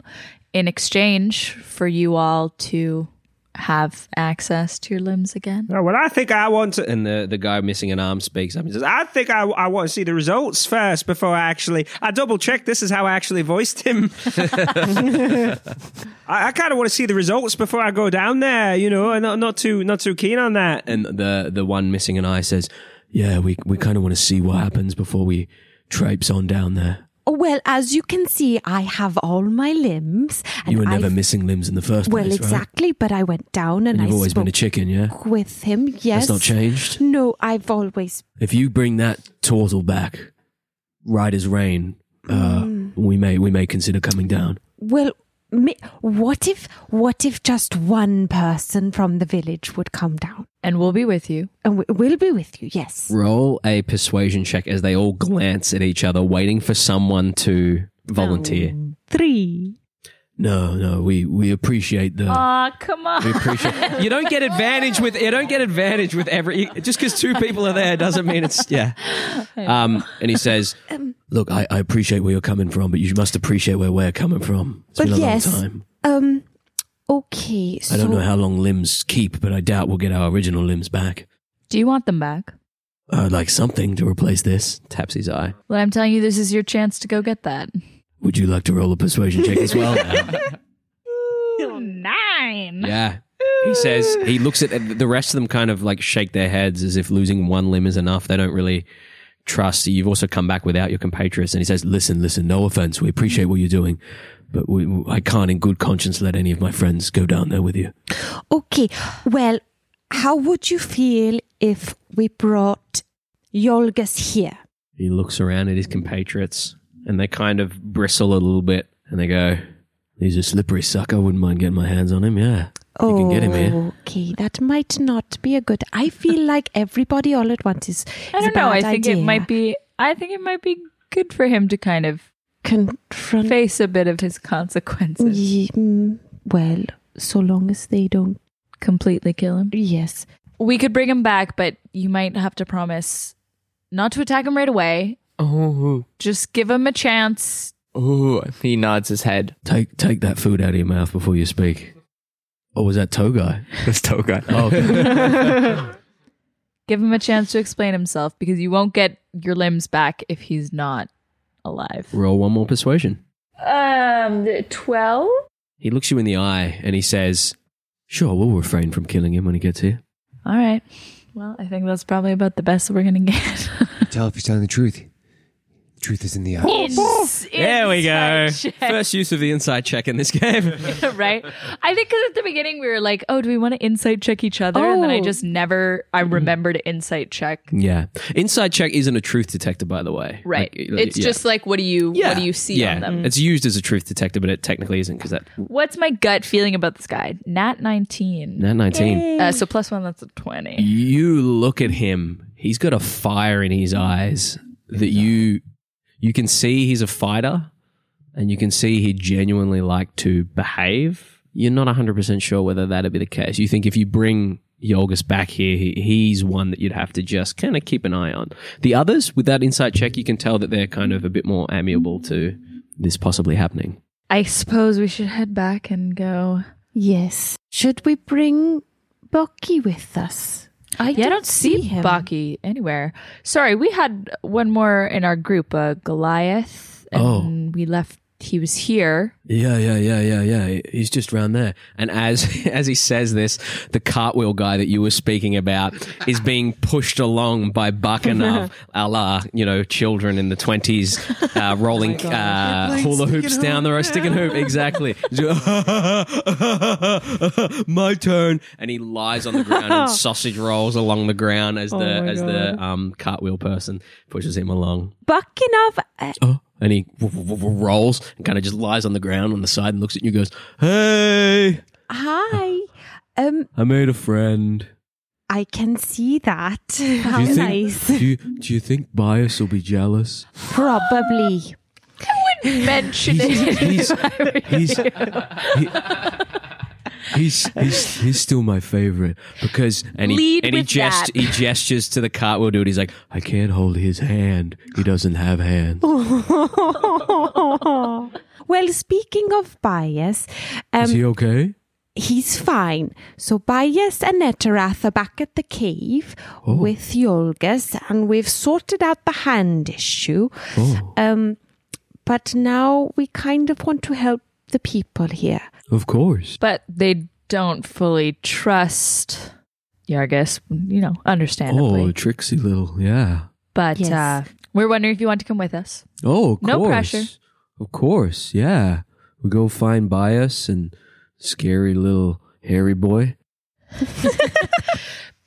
in exchange for you all to have access to your limbs again.
No, well, I think I want to. And the, the guy missing an arm speaks up and says, I think I, I want to see the results first before I actually. I double checked. This is how I actually voiced him. <laughs> I, I kind of want to see the results before I go down there, you know, and not, not too not too keen on that. And the, the one missing an eye says, Yeah, we, we kind of want to see what happens before we traipse on down there.
Oh, well, as you can see, I have all my limbs. And
you were never
I've-
missing limbs in the first
Well,
place, right?
exactly, but I went down and,
And you've
I
always
spoke
been a chicken, yeah?
with him. Yes.
That's not changed.
No, I've always
If you bring that turtle back, right as rain, uh,
Mm.
we may we may consider coming down.
Well, mi- what if what if just one person from the village would come down?
And we'll be with you.
And we- we'll be with you. Yes.
Roll a persuasion check as they all glance at each other, waiting for someone to volunteer.
Three.
No, no, we we appreciate the.
Oh.
Aw, come on.
appreciate. <laughs> You don't get advantage with you don't get advantage with every just because two people are there doesn't mean it's yeah. Um, and he says, "Look, I, I appreciate where you're coming from, but you must appreciate where we're coming from. It's
But
been a
yes,
long time.
Um. Okay.
I
So
don't know how long limbs keep, but I doubt we'll get our original limbs back.
Do you want them back?
I'd like something to replace this." Taps his eye.
Well, I'm telling you, this is your chance to go get that.
Would you like to roll a persuasion check as <laughs> well?
Nine.
yeah. He says he looks at the rest of them kind of like shake their heads as if losing one limb is enough. They don't really trust you've also come back without your compatriots and he says listen listen no offense we appreciate what you're doing but we, i can't in good conscience let any of my friends go down there with you
okay. Well, how would you feel if we brought Yolgas here?
he looks around at his compatriots and they kind of bristle a little bit and they go he's a slippery sucker wouldn't mind getting my hands on him yeah you can get him here
Oh, okay. That might not be a good. I feel
<laughs>
like everybody all at once is.
I
is a
don't know. I
bad
think it
idea.
might be. I think it might be good for him to kind of
Um,
confront.
face a bit of his consequences.
Ye- mm, well, so long as they don't
completely kill him? Yes. We could bring him back, but you might have to promise not to attack him right away.
Oh,
Just give him a chance.
oh, he nods his head.
Take take that food out of your mouth before you speak. Or was that toe guy?
That's toe guy.
Oh,
Give him a chance to explain himself because you won't get your limbs back if he's not alive.
Roll one more persuasion.
Um, twelve.
He looks you in the eye and he says,
Sure, we'll refrain from killing him when he gets here.
All right. Well, I think that's probably about the best that we're going to
<laughs>
get.
Tell if you're telling the truth. The truth is in the eye.
There we go.
check.
First use of the inside check in this game.
right? I think because at the beginning we were like, oh, do we want to insight check each other? And then I
Oh.
just never, I remembered insight check.
<laughs> yeah. Inside check isn't a truth detector, by the way.
Right.
Like, like,
it's
yeah.
just like, what do you, what do you see
yeah. Mm-hmm.
on them?
It's used as a truth detector, but it technically isn't because that.
What's my gut feeling about this guy? Nat 19.
Nat 19.
Uh, so plus one, that's a 20.
You look at him. He's got a fire in his eyes that you you can see he's a fighter and you can see he genuinely like to behave. You're not 100% sure whether that'd be the case. You think if you bring Yorgis back here, he, he's one that you'd have to just kind of keep an eye on. The others, with that insight check, you can tell that they're kind of a bit more amiable to this possibly happening.
I suppose we should head back and go.
Yes. Should we bring Bucky with us? I
yeah, I don't see,
him.
Baki anywhere. Sorry, we had one more in our group, uh, Goliath,
Oh.
and we left. He was
<laughs>
here.
Yeah, yeah, yeah, yeah, yeah. He's just round there.
And as <laughs> as he says this, the cartwheel guy that you were speaking about is being pushed along by Buck and
<laughs>
uh, a la you know children in the twenties
Oh
uh, rolling uh, hula hoops down the road, sticking
<laughs>
hoop exactly. <laughs> My turn, and he lies on the ground
<laughs>
and sausage rolls along the ground as the
Oh my
as the
God.
um, cartwheel person pushes him along.
Bucky uh, of
And he w- w- w- rolls and kind of just lies on the ground on the side and looks at you and goes, Hey,
Hi. Um,
I made a friend.
I can see
<laughs>
that. How
do you think,
nice.
Do you, do you think Bias will be jealous?
<laughs>
Probably. <laughs>
I wouldn't mention it.
he's-
if I were
he's-
you.
He's he's, he's still my favorite because
and he
Lead
and he,
with
gest-
that.
he gestures to the cartwheel dude. He's like,
I can't hold his hand. He doesn't have hands.
well, speaking of bias, um,
Is he okay?
he's fine. So Bias and Netarath are back at the cave
Oh.
with Yolgas, and we've sorted out the hand issue.
Oh,
Um, but now we kind of want to help the people here.
Of course.
but they don't fully trust Yargis, you know, understandably.
Oh, tricksy little, yeah.
But
Yes.
uh, we're wondering if you want to come with us.
Oh, of
No
course.
pressure.
Of course, yeah. We go find Bias and scary little hairy boy.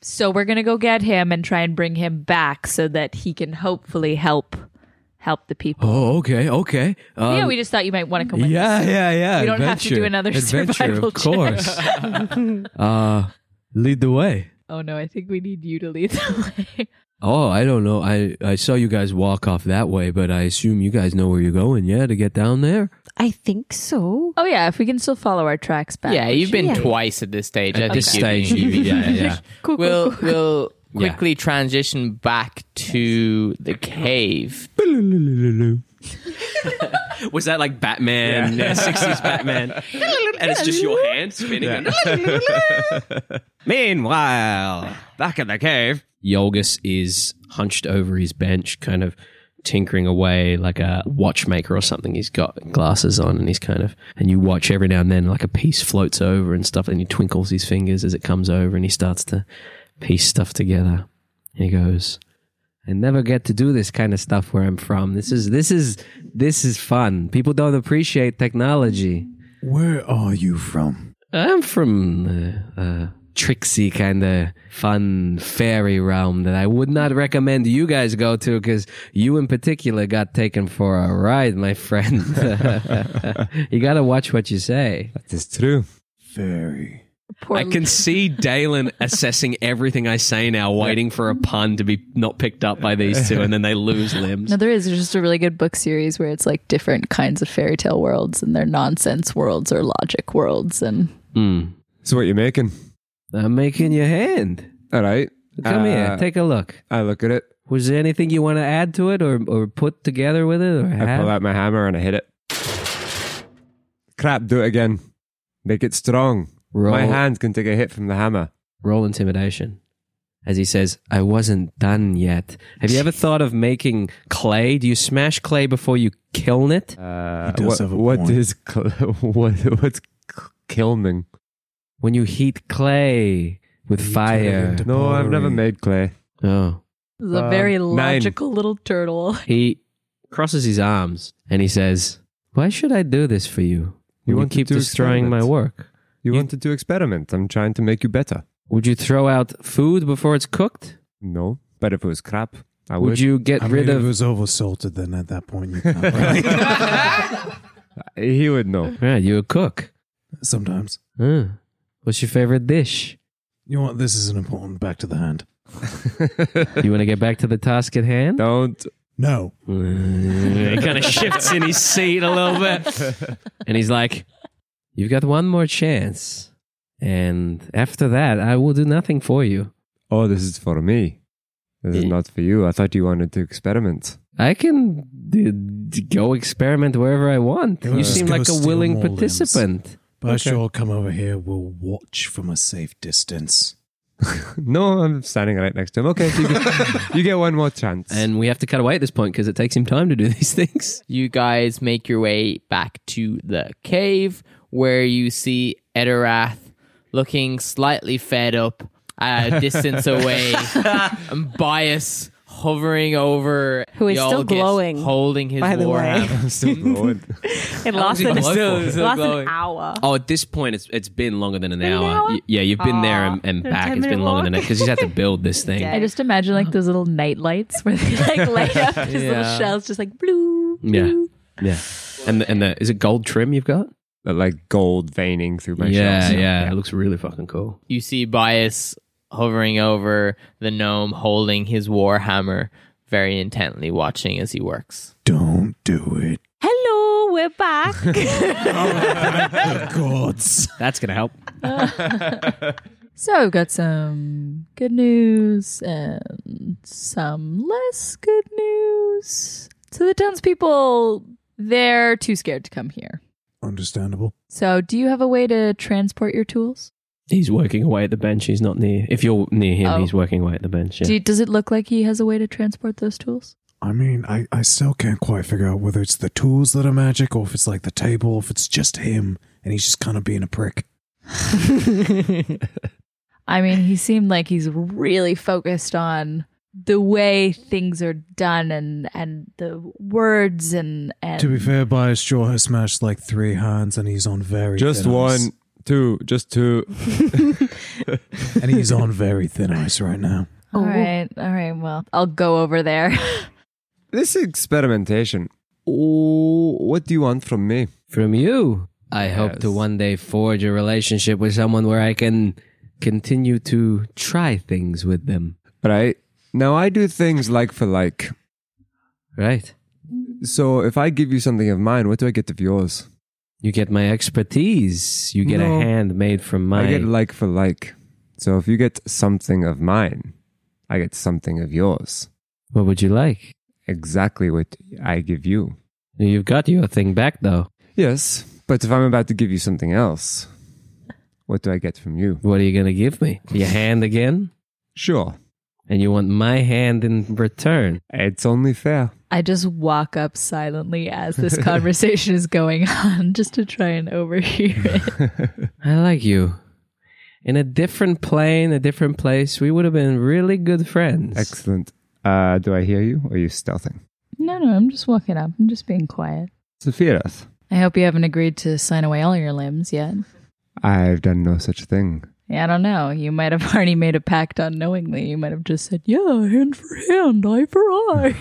So we're gonna go get him and try and bring him back so that he can hopefully help help the people.
Oh, okay, okay. Um,
yeah, we just thought you might want to come with
yeah,
us.
yeah, yeah.
We don't have to do another
Adventure. Adventure,
survival
of course.
check. <laughs>
<laughs> uh, lead the way.
oh no, I think we need you to lead the <laughs> way.
Oh, I don't know. I, I saw you guys walk off that way, but I assume you guys know where you're going, yeah, to get down there?
I think
<laughs>
so.
Oh yeah, if we can still follow our tracks back.
Yeah, you've been
Yeah.
twice at this stage.
At
I
this
think
<laughs>
you've-
stage, you- yeah, yeah.
Cool, cool,
we'll
cool.
<laughs>
we'll
Yeah.
quickly transition back to the cave.
<laughs> "Was that like Batman?
Yeah.
Yeah, 60s
<laughs>
Batman." and it's just your hand spinning. Meanwhile, back at the cave, Yolgus is hunched over his bench, kind of tinkering away like a watchmaker or something. He's got glasses on and he's kind of, and you watch every now and then like a piece floats over and stuff, and he twinkles his fingers as it comes over and he starts to piece stuff together. And he goes,
I never get to do this kind of stuff where I'm from. This is this is this is fun. People don't appreciate technology.
Where are you from?
I'm from uh, uh, tricksy kind of fun fairy realm that I would not recommend you guys go to because you in particular got taken for a ride, my friend. <laughs> you gotta watch what you say. That
is true.
Fairy.
I can see Dalen assessing everything I say now, waiting for a pun to be not picked up by these two, and then they lose limbs.
No, <laughs> there is. There's just a really good book series where it's like different kinds of fairy tale
Hmm.
worlds and their nonsense worlds or logic worlds and
So what you making?
I'm making your hand.
All right.
Come here.
Uh,
Take a look.
I look at it.
Was there anything you want to add to it or, or put together with it? Or
I
have?
pull out my hammer and I hit it. Crap, do it again. Make it strong.
Roll.
My hand can take a hit from the hammer.
Roll intimidation. As he says, I wasn't done yet. Have you ever thought of making clay? Do you smash clay before you kiln it?
Uh,
does
what,
have a
what
point.
is cl- <laughs> what, what's k- kilning?
When you heat clay with fire.
into No, I've never pottery. made clay.
Oh.
This is a very
Um,
logical little turtle.
He crosses his arms and he says, Why should I do this for you?
You
You,
wanted
keep
to
destroying my
experiment.
work.
You, wanted to experiment. I'm trying to make you better.
Would you throw out food before it's cooked?
No, but if it was crap, I would.
Would you get
I mean,
rid
if
of.
it was oversalted, then at that point, you <laughs> can't really-
He would know.
Yeah, you a cook.
Sometimes.
Huh. What's your favorite dish?
You know what? This isn't important. Back to the hand.
you want to get back to the task at hand?
Don't.
No.
he kind of shifts in his seat a little bit. And he's like, You've got one more chance. And after that, I will do nothing for you.
Oh, this is for me. This is not for you. I thought you wanted to experiment. <laughs>
I can d- d- go experiment wherever I want.
We'll
you
just
seem
go
like a
steal
willing
more limbs.
participant.
But sure, come over here. We'll watch from a safe distance.
No, I'm standing right next to him. Okay,
<laughs>
you get, you get one more chance. <laughs>
And we have to cut away at this point because it takes him time to do <laughs> these things.
You guys make your way back to the cave where you see Edorath looking slightly fed up at a
<laughs>
distance away. and Bias hovering over
Who is still
Yolgis,
glowing,
holding his
by the way.
warhammer.
<laughs>
It lost,
How
an,
long has it been going for?
lost an
Glowing.
hour.
Oh, at this point, it's it's been longer than an, hour.
hour?
Y- yeah, you've been there and, and
Aw,
back.
ten
It's been
minute
longer
walk.
than that because you had to build this thing.
<laughs> <laughs> I just imagine like those little night lights where they <laughs> like light up his
Yeah.
little shells, just like blue.
Yeah, yeah. And the, and the is it gold trim you've got?
like gold veining through my
yeah,
shells.
yeah, It looks really fucking cool.
You see Bias hovering over the gnome holding his warhammer very intently watching as he works.
Don't do it.
Hello, we're back.
Gods.
That's gonna help.
So we've got some good news and some less good news. So the townspeople, they're too scared to come here.
Understandable.
So do you have a way to transport your tools?
He's working away at the bench. He's not near. If you're near him,
Oh.
he's working away at the bench. Yeah.
Do, does it look like he has a way to transport those tools?
I mean, I, I still can't quite figure out whether it's the tools that are magic or if it's like the table, or if it's just him and he's just kind of being a prick.
I mean, he seemed like he's really focused on the way things are done and and the words and and
To be fair, Bias Jaw has smashed like three hands and he's on very
Just
thin ice.
one, two, just two.
<laughs> and he's on very thin ice right now.
all right, all right. Well, I'll go over there. <laughs>
This experimentation. Oh, what do you want from me?
From you, I hope to one day forge a relationship with someone where I can continue to try things with them.
Right. Now, I do things like for like.
Right.
So if I give you something of mine, what do I get of yours?
You get my expertise. You get
No.
a hand made from mine.
I get like for like. So if you get something of mine, I get something of yours.
What would you like?
Exactly what I give you.
You've got your thing back though.
Yes, but if I'm about to give you something else, what do I get from you?
What are you going to give me? Your hand again?
Sure.
And you want my hand in return?
It's only fair.
I just walk up silently as
<laughs>
this conversation is going on, <laughs> just to try and overhear
<laughs>
it.
I like you. In a different plane, a different place, we would have been really good friends.
Excellent. Uh, do I hear you or are you stealthing?
No, no, I'm just walking up. I'm just being quiet.
Sephiroth,
I hope you haven't agreed to sign away all your limbs yet.
I've done no such thing.
Yeah, I don't know. You might have <laughs> already made a pact unknowingly. You might have just said, "Yeah, hand for hand, eye for <laughs> eye."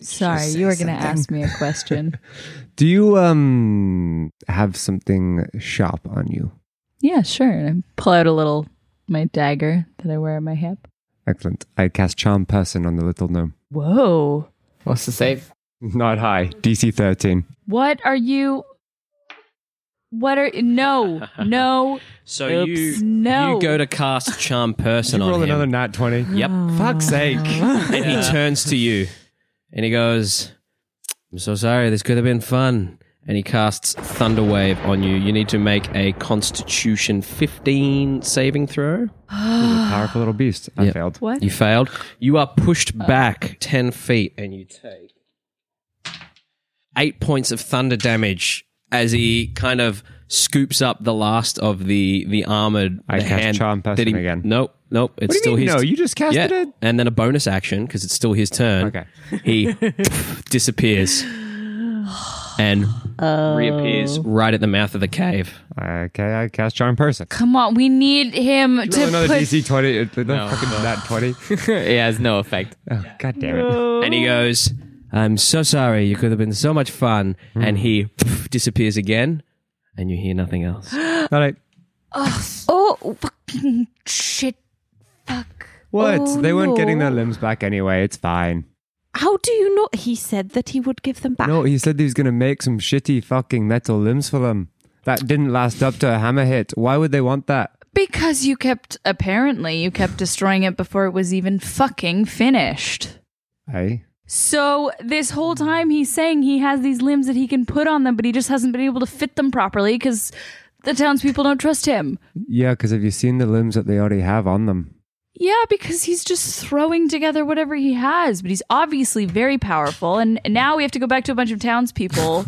Sorry, you were going to ask me a <laughs> question.
Do you um have something sharp on you?
yeah, sure. And I pull out a little my dagger that I wear on my hip.
Excellent. I cast charm person on the little gnome.
Whoa.
What's the save?
Not high. DC 13.
What are you? What are <laughs> no no?
So
Oops.
you
no
you go to cast charm person
<laughs> You
on
roll
him.
another nat twenty.
Yep.
Fuck's sake.
and he turns to you.
And he goes, I'm so sorry, this could have been fun.
And he casts Thunder Wave on you. You need to make a Constitution 15 saving throw.
powerful little beast. I failed.
What?
You failed. You are pushed back 10 feet and you take eight points of thunder damage as he kind of scoops up the last of the the armored
I
the
cast
hand
Charm
that
Person
he-
again.
Nope, nope. It's
do you
still
mean,
his.
no? You just casted
Yeah,
it?
and then a bonus action because it's still his turn.
Okay. <laughs>
he
<sighs>
disappears and reappears right at the mouth of the cave.
Okay, I cast charm person.
Come on, we need him to
Another
put.
DC twenty. It's another fucking nat
<laughs>
twenty.
it has no effect.
Oh, God damn it.
And he goes,
I'm so sorry, you could have been so much fun.
and he disappears again, and you hear
<gasps>
nothing else.
All right.
oh fucking shit!
What?
Oh,
they weren't getting
no.
their limbs back anyway. It's fine.
How do you know? He said that he would give them back.
No, he said he was going to make some shitty fucking metal limbs for them. That didn't last up to a hammer hit. Why would they want that?
Because you kept apparently you kept destroying it before it was even fucking finished.
Hey.
So this whole time he's saying he has these limbs that he can put on them, but he just hasn't been able to fit them properly because the townspeople don't trust him.
Yeah, because have you seen the limbs that they already have on them?
Yeah, because he's just throwing together whatever he has, but he's obviously very powerful. And now we have to go back to a bunch of townspeople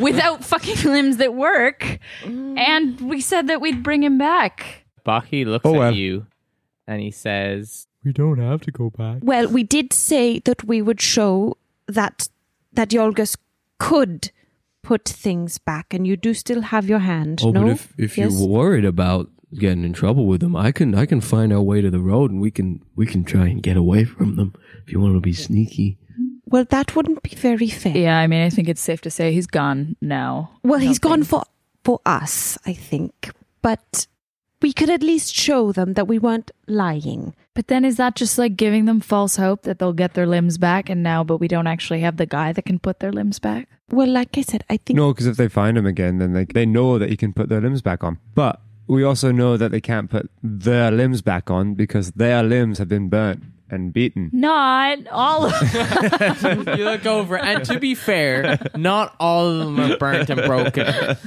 without fucking limbs that work. And we said that we'd bring him back.
Baki looks at you and he says,
We don't have to go back.
Well, we did say that we would show that that Yolgus could put things back, and you do still have your hand.
Oh,
no?
but if, if
Yes?
you're worried about getting in trouble with them, I can I can find our way to the road and we can we can try and get away from them if you want to be sneaky.
well, that wouldn't be very fair.
Yeah, I mean, I think it's safe to say he's gone now.
Well, he's gone for for us, I think, but we could at least show them that we weren't lying.
But then is that just like giving them false hope that they'll get their limbs back and now, but we don't actually have the guy that can put their limbs back?
Well, like I said, I think
No, because if they find him again, then they, they know that he can put their limbs back on. But we also know that they can't put their limbs back on because their limbs have been burnt and beaten.
Not all of
you look over, and to be fair, not all of them are burnt and broken.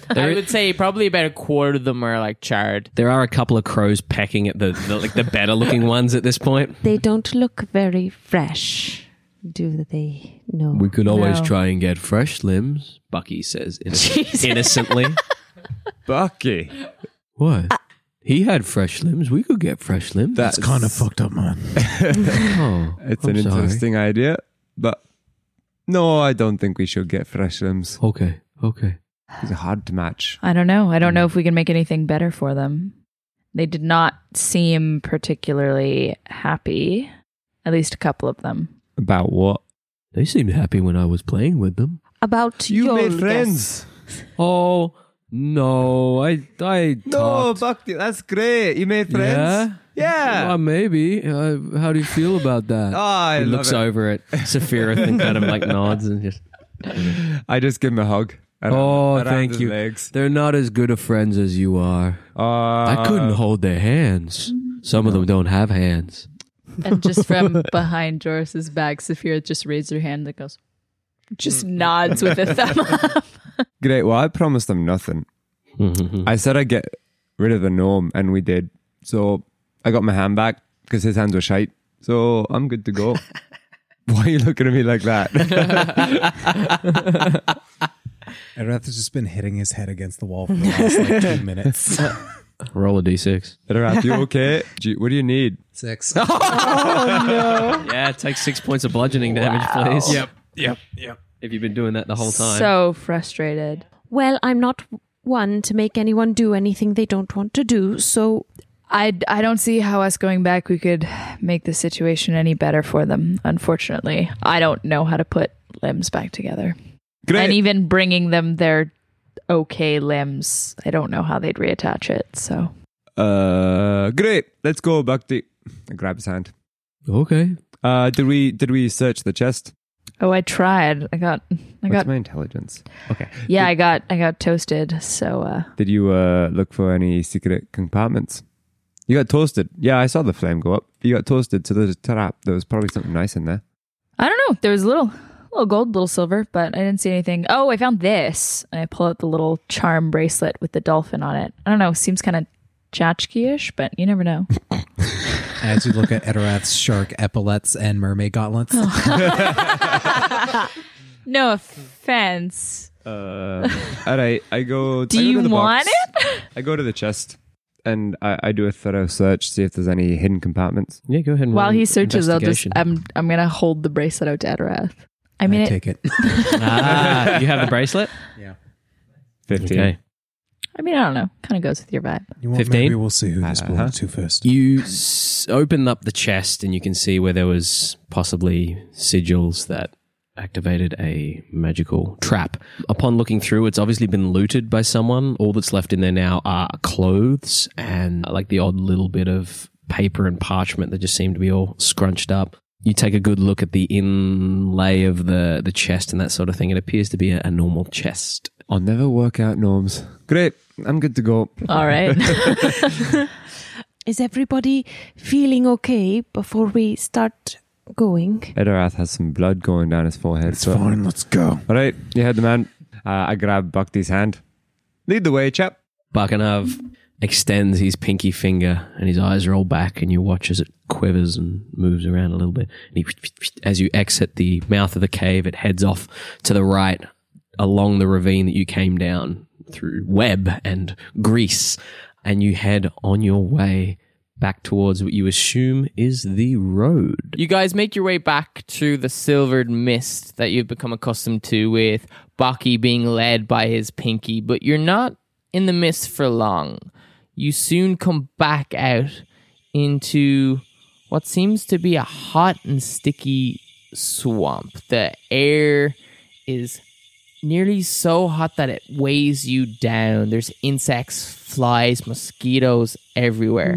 I would say probably about a quarter of them are like charred.
There are a couple of crows pecking at the, the like the
<laughs>
better looking ones at this point.
they don't look very fresh, do they? No.
We could always
No.
try and get fresh limbs.
Bucky says
<laughs> Jesus.
innocent, innocently.
Bucky.
Uh,
What? he had fresh limbs. We could get fresh limbs.
That's kind of fucked up, man.
oh,
<laughs> It's
I'm sorry.
an interesting idea, but no, I don't think we should get fresh limbs.
Okay, okay.
It's hard to match.
<laughs> I don't know. I don't know if we can make anything better for them. They did not seem particularly happy, at least a couple of them.
About what?
They seemed happy when I was playing with them.
About
You made
Yolgus.
friends.
Oh no, I I
No, Bucky, that's great. You made friends. Yeah.
Well, maybe. Uh, how do you feel about that?
<laughs> Oh, I
he
love
looks
it.
over at Sephiroth and kind of like nods and just.
I just give him a hug. around-
Oh,
around
thank
his
you.
Legs.
<laughs> They're not as good of friends as you are.
Uh,
I couldn't hold their hands. Some of them don't have hands.
And just <laughs> from behind Doris's back, Saphira just raised her hand that goes,
Mm.
just nods with a
<laughs>
thumb up.
Uh, Great. Well, I promised them nothing. I said I'd get rid of the gnome, and we did. So I got my hand back because his hands were shite. So I'm good
<laughs>
to go. Why are you looking at me like <laughs> that?
Ereth has just been hitting his head against the wall for the last like two minutes.
<laughs> Roll a d6.
Ereth, you okay? Do you- what do you need?
<laughs>
Six.
no. Yeah, take six points of bludgeoning damage, please.
Yep,
yep, yep. If you've been doing that the whole time.
So frustrated.
Well, I'm not one to make anyone do anything they don't want to do, so
I, I don't see how us going back we could make the situation any better for them, unfortunately. I don't know how to put limbs back together.
Great.
And even bringing them their okay limbs, I don't know how they'd reattach it. So
Uh, great. Let's go, Bhakti. I grab his hand.
Okay.
Uh, did we did we search the chest?
Oh, I tried. I got. I
What's
got.
my intelligence? Okay.
yeah, I got. I got toasted. So uh,
Did you uh, look for any secret compartments? You got toasted. Yeah, I saw the flame go up. You got toasted, so there's a trap. There was probably something nice in there.
I don't know. There was a little, little gold, little silver, but I didn't see anything. Oh, I found this, and I pull out the little charm bracelet with the dolphin on it. I don't know. Seems kind of tchotchke-ish, but you never know.
As you look at Edorath's shark epaulets and mermaid gauntlets.
Oh, <laughs> no offense.
Uh, all right, I
<laughs>
go.
Do
I go to
you
the
want
box. I go to the chest and I, I do a thorough search, see if there's any hidden compartments.
Yeah, go ahead.
While he searches, I'll just. I'm. I'm gonna hold the bracelet out to Adarath. I mean, it, <laughs>
it.
ah, you have the bracelet?
Yeah.
15.
Okay.
I mean, I don't know. Kind of goes with your vibe.
You want,
15?
Maybe we'll see who this belongs to first.
You s- open up the chest and you can see where there was possibly sigils that activated a magical trap. Upon looking through, it's obviously been looted by someone. All that's left in there now are clothes and uh, like the odd little bit of paper and parchment that just seem to be all scrunched up. You take a good look at the inlay of the, the chest and that sort of thing. It appears to be a, a normal chest.
I'll never work out norms. Great, I'm good to go.
All <laughs> right.
Is everybody feeling okay before we start going?
Edorath has some blood going down his forehead. It's
fine, let's go.
All right, you heard the man. Uh, I grab Bhakti's hand. Lead the way, chap.
Barkanav extends his pinky finger and his eyes roll back and you watch as it quivers and moves around a little bit. And he, as you exit the mouth of the cave, it heads off to the right along the ravine that you came down through web and grease and you head on your way back towards what you assume is the road.
You guys make your way back to the silvered mist that you've become accustomed to, with Baki being led by his pinky, but you're not in the mist for long. You soon come back out into what seems to be a hot and sticky swamp. The air is nearly so hot that it weighs you down. There's insects, flies, mosquitoes everywhere.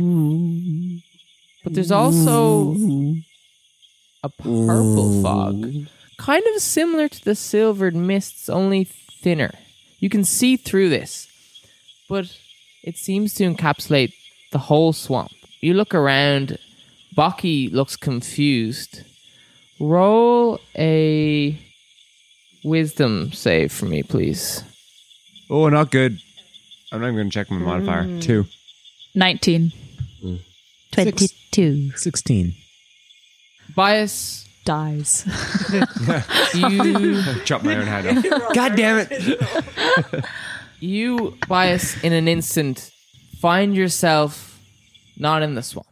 But there's also a purple fog, kind of similar to the silvered mists, only thinner. You can see through this, but it seems to encapsulate the whole swamp. You look around, Baki looks confused. Roll a wisdom save for me, please.
Oh, not good. I'm not even going to check my modifier.
Mm.
Two.
19. Mm.
22.
16.
Bias
dies.
you
<laughs> Chop my own hand off. God damn it.
you, Bias, in an instant find yourself not in the swamp.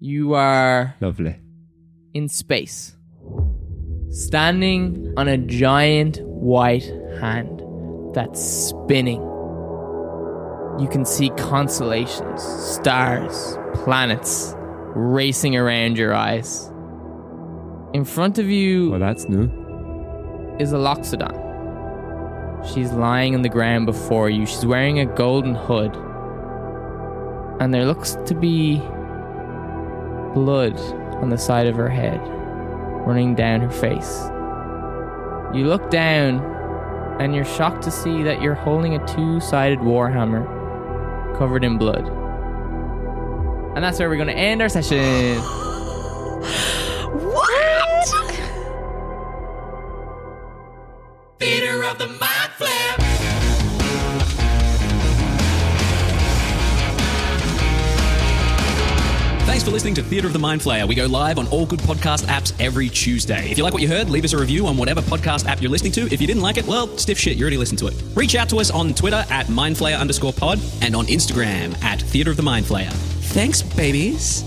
You are
<laughs> Lovely.
in space, standing on a giant white hand that's spinning. You can see constellations, stars, planets racing around your eyes. In front of you
Well, that's new.
is a Loxodon. She's lying on the ground before you. She's wearing a golden hood. And there looks to be blood on the side of her head, running down her face. You look down, and you're shocked to see that you're holding a two sided warhammer covered in blood. And that's where we're going to end our session.
What? Theater of the Mind Flare.
Thanks for listening to Theatre of the Mind Flayer. We go live on all good podcast apps every Tuesday. If you like what you heard, leave us a review on whatever podcast app you're listening to. If you didn't like it, well, stiff shit, you already listened to it. Reach out to us on Twitter at mindflayer underscore pod and on Instagram at Theatre of the Mind Flayer. Thanks, babies.